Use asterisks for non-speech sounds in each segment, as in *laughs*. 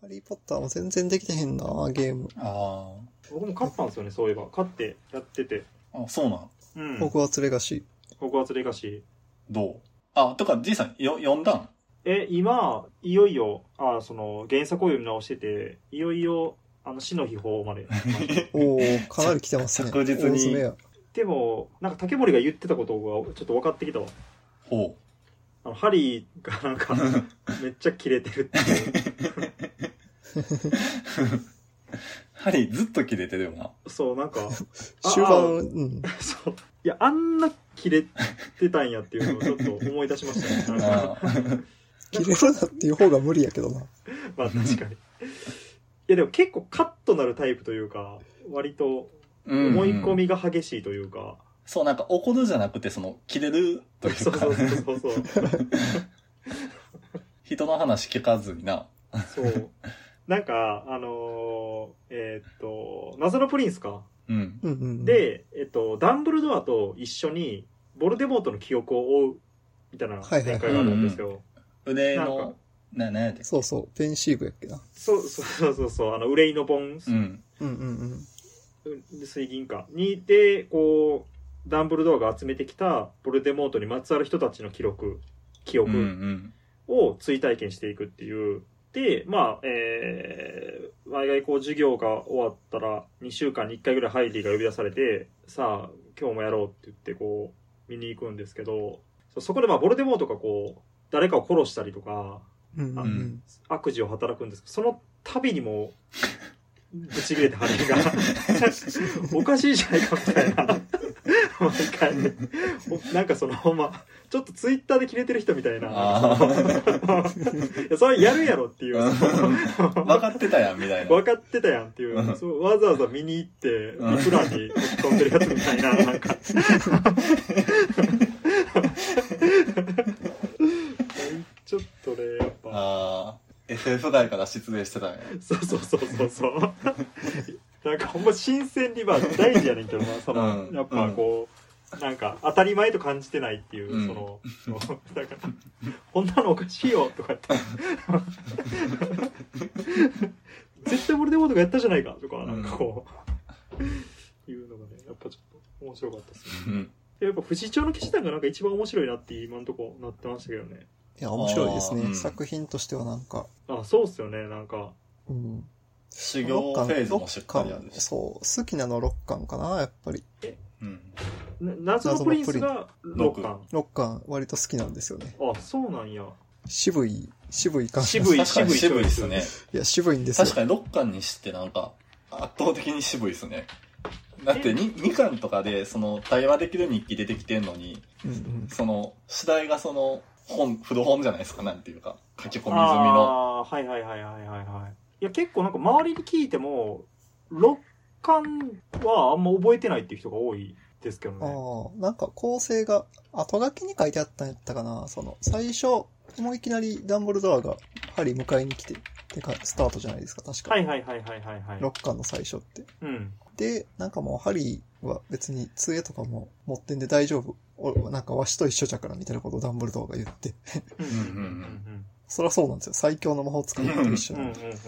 ハリーポッターも全然できてへんな、ゲーム。あ僕も勝ったんですよね、そういえば。勝ってやってて。あ。あ、そうなん。うん。ホグワーツレガシー。僕はレガシー。どうあ、とか、じいさん、よ、読んだんえ、今、いよいよ、あその、原作を読み直してて、いよいよ、あの、死の秘宝まで。 *laughs* おおかなり来てますね。着実大に詰めやでも、なんか竹森が言ってたことが、ちょっと分かってきたわ。ほあの、ハリーがなん *laughs* か、めっちゃキレてるっていう。う。ハリーずっと切れてるよな。そう、なんか、あ終あ盤、うん。そう。いや、あんなキレてたんやっていうのをちょっと思い出しましたね。あ切れるなっていう方が無理やけどな。まあ確かに。いやでも結構カッとなるタイプというか、割と思い込み。みが激しいというか。そう、なんか怒るじゃなくて、その、切れるというそうかそう、そうそう。人の話聞かずにな。そう。なんか、あのーえーっと、謎のプリンスか。うん。うんうん。、で、えっと、ダンブルドアと一緒に、ボルデモートの記憶を追う、みたいな展開があるんですよ。腕なんのか、な、なんやで。そうそう、ペンシーブやっけな。そうそうそうそうそう、あの、憂いの盆、うん。うんうん水銀貨にでこうダンブルドアが集めてきたボルデモートにまつわる人たちの記録記うんう憶ん。を追体験していくっていう、でまあえー、毎回こう授業が終わったら2週間に1回ぐらいハイリーが呼び出されてさあ今日もやろうって言ってこう見に行くんですけどそそこでまあボルデモートがこう誰かを殺したりとかうん。うんうんうん。悪事を働くんですけどその度にもうぶち切れてハリーが *laughs* おかしいじゃないかみたいな毎回おなんかそのほんまちょっとツイッターで切れてる人みたいなあ *laughs* いやそれやるやろっていううんそのあ。分かってたやん、みたいな。 *laughs* 分かってたやんっていう、うんそうわざわざ見に行ってうんリプランに飛んでるやつみたいなな *laughs* んか *laughs* ちょっとねやっぱああ。FF 外から失礼してたんや。そうそうそうそうそう。なんかほんま新鮮にまあ大事やねんけどな、その、うんやっぱこう、なんか当たり前と感じてないっていう、うんその、そうだから、こんなのおかしいよとか言って。絶対ボルデモートがやったじゃないかとか、なんかこう、いうのがね、やっぱちょっと面白かったですね。うん。でやっぱ不死鳥の騎士団がなんか一番面白いなって今んとこなってましたけどね。いや、面白いですね、あーうん作品としてはなんか、あ、そうっすよね、なんか。うん。修行フェーズもしっかりあ六る巻し。そう、好きなの6巻かな、やっぱり。うん。な謎のプリンスが6巻。 6巻割と好きなんですよね。あ、そうなんや。渋い、渋い感じ。渋い確かに渋いです渋いね。いや、渋いんですよ確。かに6巻にしてなんか圧倒的に渋いですねだって 2, 2巻とかでその対話できる日記出てきてんのにうんうん。その主題がその本古本じゃないですかなんていうか書き込み済みのあーはいはいはいはいはいはい。いや、結構なんか周りに聞いても、六巻はあんま覚えてないっていう人が多いですけどね。ああ、なんか構成が後書きに書いてあったんやったかな。その、最初、もういきなりダンボルドアがハリー迎えに来て、ってか、スタートじゃないですか、確か。はいはいはいはいはいはい。 6巻の最初って。うん。で、なんかもうハリーは別に杖とかも持ってんで大丈夫。おなんかわしと一緒じゃからみたいなことをダンブルドアが言って。うんうんうんそりゃそうなんですよ。最強の魔法使いと一緒うんうんうんうんうんに。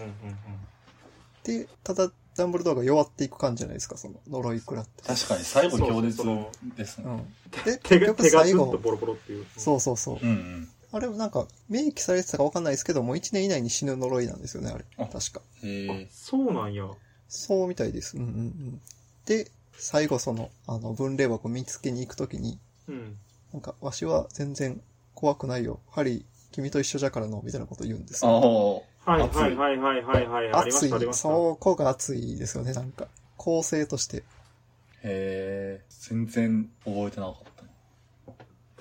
で、ただダンブルドアが弱っていく感じじゃないですか、その呪い食らって。確かに最後強烈そうそうですうねん。で、結手が局手がず最っと後、ボロボロっていう。そうそうそう。うんうんあれもなんか、明記されてたかわかんないですけども、1年以内に死ぬ呪いなんですよね、あれ。あ確か。へあえそうなんや。そうみたいです。うんうんうん。で、最後その、あの、分霊箱見つけに行くときに、うん。なんか、わしは全然怖くないよ。ハリー、君と一緒じゃからの、みたいなこと言うんですああよ。はい熱いはいはいはいはいはい。ありま熱しいたあり。ました。そこが熱いですよね、なんか。構成として。へえ全然覚えてなかった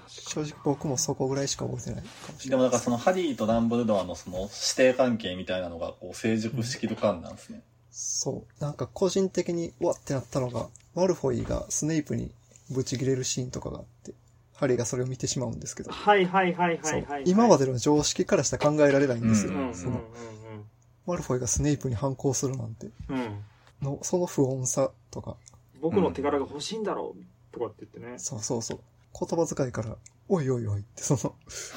正直僕もそこぐらいしか覚えてないかもしれでなもいなんかそのハリーとダンブルドアのその師弟関係みたいなのがこう成熟しきる感なん *laughs* ですねそう。なんか個人的に、うわってなったのが、マルフォイがスネイプにブチ切れるシーンとかがあって、ハリーがそれを見てしまうんですけど、はいはいはいはそいうはい。今までの常識からしたら考えられないんですうよ。んうんうんそのうマルフォイがスネイプに反抗するなんて、んうん。うん。のその不穏さとか、僕の手柄が欲しいんだろうとかって言ってね。そうそうそう、言葉遣いから、おいおいおいって、そ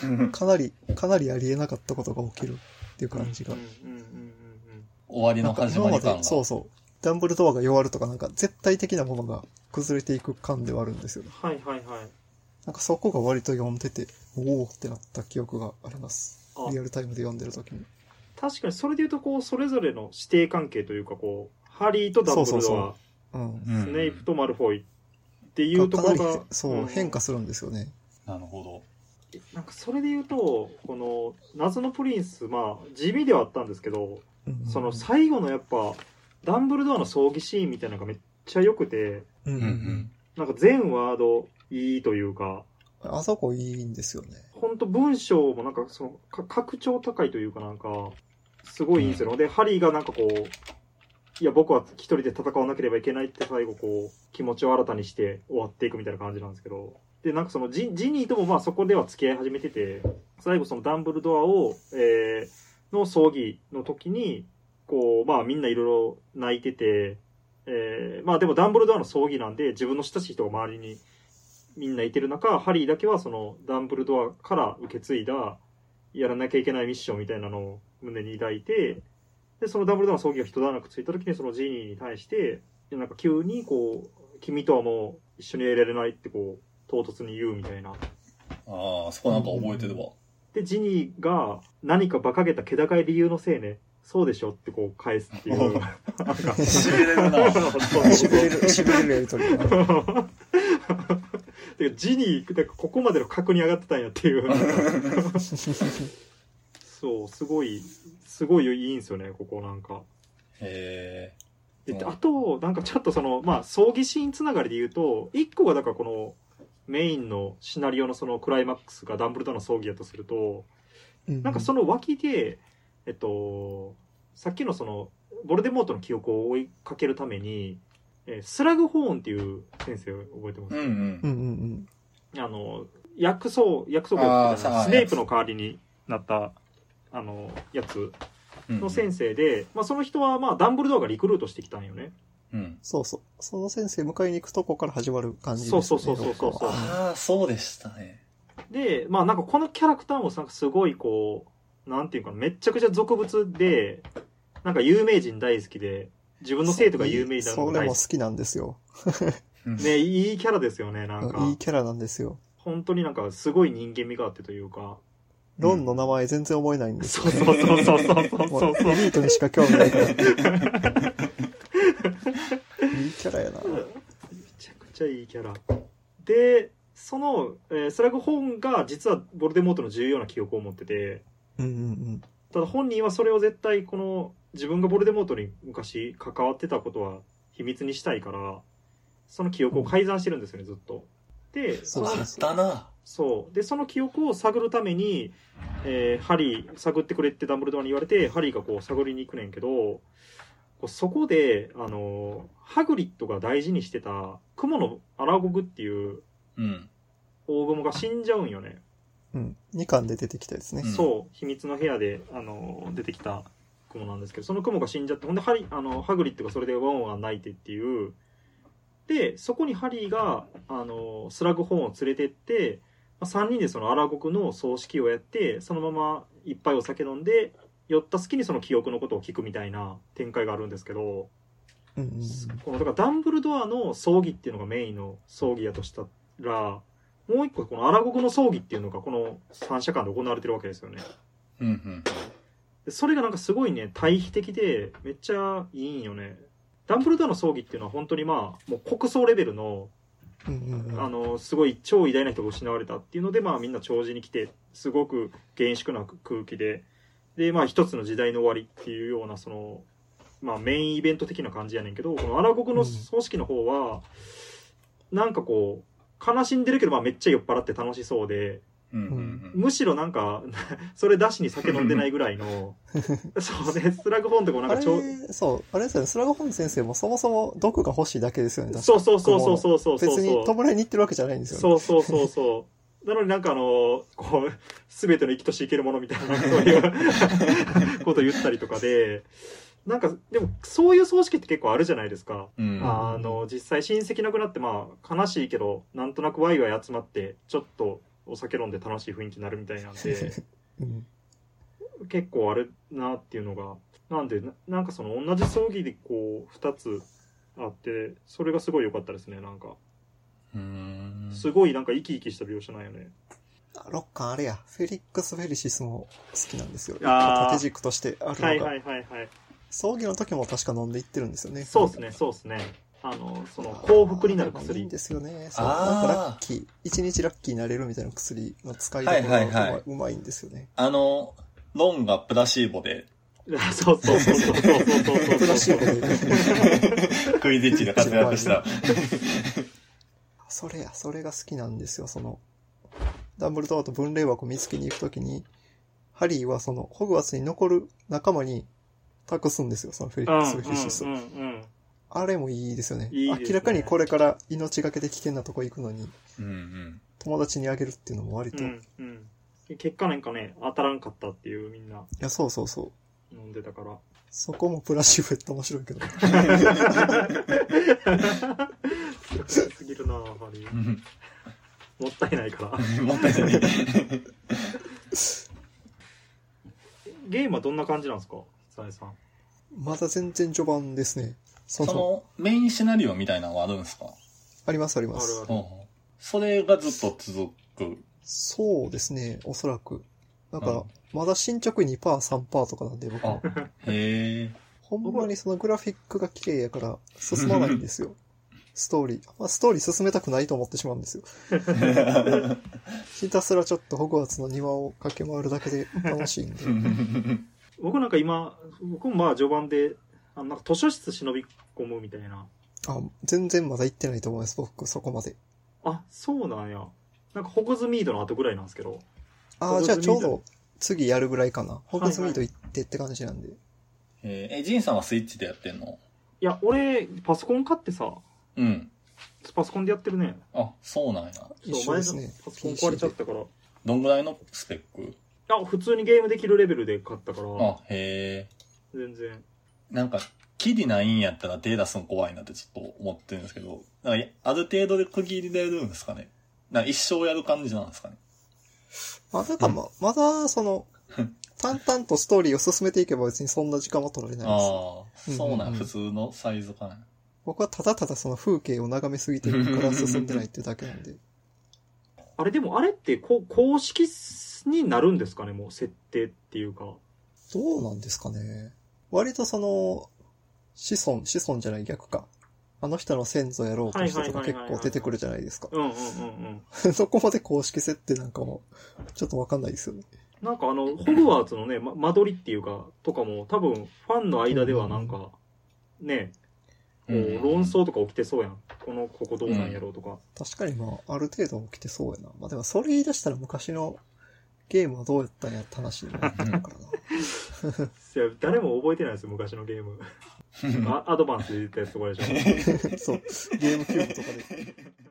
の、かなり、かなりありえなかったことが起きるっていう感じがうんうんうんうん終わりなんのか始今ままり感で、が。そうそう。ダンブルドアが弱るとか、なんか絶対的なものが崩れていく感ではあるんですよね。はいはいはい。なんかそこが割と読んでて、おおってなった記憶があります。あリアルタイムで読んでる時に。確かにそれで言うと、こう、それぞれの指定関係というか、こう、ハリーとダンブルドそア、うそうそうん。うんスネイプとマルフォイっていうとかこなろりが、そう、ん変化するんですよね。なるほど。なんかそれで言うと、この、謎のプリンス、まあ、地味ではあったんですけど、うんその最後のやっぱ、ダンブルドアの葬儀シーンみたいなのがめっちゃ良くて、うんううんうん。。なんか全ワードいいというか、あそこいいんですよね。ほんと文章もなんかその、か格調高いというかなんか、すごいいいんですよ、ねで、ハリーがなんかこう、いや、僕は一人で戦わなければいけないって最後こう、気持ちを新たにして終わっていくみたいな感じなんですけど、で、なんかそのジ、ジニーともまあそこでは付き合い始めてて、最後そのダンブルドアを、えーの葬儀の時に、こう、まあみんないろいろ泣いてて、えーまあでもダンブルドアの葬儀なんで、自分の親しい人が周りにみんないてる中、ハリーだけはそのダンブルドアから受け継いだ、やらなきゃいけないミッションみたいなのを胸に抱いて、で、そのダンブルドアの葬儀が一段落ついた時に、そのジーニーに対して、なんか急にこう、君とはもう一緒にいられないってこう、唐突に言うみたいな。ああ、そこなんか覚えてるわ。で、ジニーが何か馬鹿げた気高い理由のせいね、そうでしょってこう返すっていう。おうなんか、しびれるな。しびれ *laughs* る、しびれるやりとり。 *laughs* てかジニー、なんかここまでの格に上がってたんやっていう。そう、すごい、すごいいいんですよね、ここなんか。へえ。でうんあと、なんかちょっとその、まあ、葬儀シーンつながりで言うと、一個がだからこの、メインのシナリオのそのクライマックスがダンブルドアの葬儀だとすると、なんかその脇で、えっと、さっきのその、ボルデモートの記憶を追いかけるために、えースラグホーンっていう先生覚えてますうんうんう。んうんうん。あの、薬草、薬草があーさあスネープの代わりになった、あの、やつうんうんの先生で、まあその人はまあダンブルドアがリクルートしてきたんよね。うん。そうそう。その先生迎えに行くとこから始まる感じです、そね。うそうそうそうそうどっかはああ、そうでしたね。で、まあなんかこのキャラクターもなんかすごいこう、なんていうかなめっちゃくちゃ俗物で、なんか有名人大好きで、自分の生徒が有名人そなのれ大も好好きなんですよ。うんき。ね、いいキャラですよね、なんか。いいキャラなんですよ。本当になんかすごい人間味があってというか。ロンの名前全然覚えないんです *laughs* そうそうそうそうそうそうもうそエう。リートにしか興味ないから。いいキャラやな。めちゃくちゃいいキャラでその、えースラグホーンが実はボルデモートの重要な記憶を持っててうんうんただ本人はそれを絶対この自分がボルデモートに昔関わってたことは秘密にしたいからその記憶を改ざんしてるんですよねずっと。でそそうのそうあったな。そうでその記憶を探るために、えーハリー探ってくれってダンブルドアに言われてハリーがこう探りに行くねんけどこうそこで、あのーハグリッドが大事にしてたクモのアラゴグっていううん。大雲が死んじゃうんよね、うん。うん。2巻で出てきたですね。うんそう秘密の部屋で、あのー出てきたクモなんですけどそのクモが死んじゃってほんでハリ、あのハグリッドがそれでワンワン泣いてっていうでそこにハリーが、あのースラグホーンを連れてってまあ3人でそのアラゴクの葬式をやってそのまま一杯お酒飲んで酔った隙にその記憶のことを聞くみたいな展開があるんですけど、うんうんうん。このだからダンブルドアの葬儀っていうのがメインの葬儀やとしたらもう一個このアラゴグの葬儀っていうのがこの三者間で行われてるわけですよねうんうん。でそれがなんかすごいね対比的でめっちゃいいんよねダンブルドアの葬儀っていうのは本当にまあもう国葬レベルのうんうんうんあのすごい超偉大な人が失われたっていうので、まあ、みんな弔辞に来てすごく厳粛な空気でで、まあ、一つの時代の終わりっていうようなその、まあ、メインイベント的な感じやねんけどこのアラゴクの葬式の方は、なんかこう悲しんでるけど、まあ、めっちゃ酔っ払って楽しそうでうんうんむしろなんか *laughs* それ出しに酒飲んでないぐら *laughs* いのそうねスラグホーンとかもなんあかれちょ、そう、あれですよね。スラゴホン先生もそもそも毒が欲しいだけですよね。確かそうそうそうそうそうそうそう別に弔いに行ってるわけじゃないんですよね。そうそうそうそう。なのになんかあの、こう、すべての生きとし生けるものみたい *laughs* な、そういうこと言ったりとかで、なんか、でも、そういう葬式って結構あるじゃないですか。うん。うんあの、実際親戚亡くなって、まあ、悲しいけど、なんとなくワイワイ集まって、ちょっとお酒飲んで楽しい雰囲気になるみたいなんで、うん結構あるなっていうのが、なんでな、なんかその同じ葬儀でこう、2つあって、それがすごい良かったですね、なんか。うーん。すごいなんか生き生きした描写なんよね。あ六巻あれや、フェリックス・フェリシスも好きなんですよ。あー縦軸としてあるのが、はいはいはいはい。葬儀の時も確か飲んでいってるんですよね。そうですね、そうですね。あの、その幸福になるあーでもいいん薬 *laughs* で。すよね。そう。あーなんかラッキー、一日ラッキーになれるみたいな薬の使い方がはいはいはいうまいんですよね。あの、ロンがプラシーボで、そうそうそうそうそうそうそう。プラシーボでクイディッチで活躍した。それや、それが好きなんですよ。その、ダンブルドアと分霊箱見つけに行くときに、ハリーはその、ホグワーツに残る仲間に託すんですよ。そのフェリックス・フェリシスを *laughs* うんうんうんうん。あれもいいですよね。いいですね明らかにこれから命がけで危険なとこ行くのに、うんうん。友達にあげるっていうのも割と、ういんうん。結果なんかね、当たらんかったっていうみんなや、そうそうそう。飲んでた *laughs* から。そこもプラシーボって面白いけど。 *laughs* すごすぎるなハリー。 *laughs* もったいないから。もったいない。ゲームはどんな感じなんですかサイさん。まだ全然序盤ですね。そその、の、メインシナリオみたいなのはあるんですかありますありあまるすあ。うるん。それがずっと続く。そうですね、おそらく。だかうらん、まだ進捗2%、3%とかなんで、僕あも。、へえ。ほんまにそのグラフィックが綺麗やから、進まないんですよ。ストーリー。まあ、ストーリー進めたくないと思ってしまうんですよ。ひたすらちょっとホグワーツの庭を駆け回るだけで楽しいんで。 *laughs* 僕なんか今、僕もまあ序盤で、あのなんか図書室忍び込むみたいな。あ、全然まだ行ってないと思います、僕、そこまで。あ、そうなんや。なんかホグズミードの後ぐらいなんですけど。あホあ、グじズゃミーあトちょうど次やるぐらいかな。ホグズミート行ってって感じなんで。えーえ、ジンさんはスイッチでやってんのいや、俺、パソコン買ってさ、うん。パソコンでやってるね。あ、そうなんや。そう一緒ですね前のパソコン壊れちゃったから。いどんぐらいのスペックや、普通にゲームできるレベルで買ったから、あ、へえ。全然。なんか、キリないんやったら手出すの怖いなってちょっと思ってるんですけど、なんかある程度で区切りでやるんですかねなんか一生やる感じなんですかねまあ、だからま、まだ、そ *laughs* のうん、淡々とストーリーを進めていけば別にそんな時間は取られないです。ああ、そうなん、うんうんうん普通のサイズかな。僕はただただその風景を眺めすぎてるから進んでないっていうだけなんで。あれ、でもあれってこう、公式になるんですかね、もう設定っていうか。どうなんですかね。割とその、子孫、子孫じゃない逆か。あの人の先祖やろうとしてとかはいはい結はいはいはい構出てくるじゃないですか。 *laughs* うんうんうんうん。そこまで公式設定なんかも、ちょっとわかんないですよね。なんかあの、ホグワーツのね、ま、間取りっていうか、とかも、多分、ファンの間ではなんか、ね、こう、論争とか起きてそうやん。この、ここどうなんやろうとか。確かにまあ、ある程度起きてそうやな。まあでもそれ言い出したら昔のゲームはどうやったんやって話になってくるからな。いや、誰も覚えてないですよ、昔のゲ *laughs* ーム。あアドバンスで出たやつとかでしょ。 *laughs* そう、ゲームキューブとかで。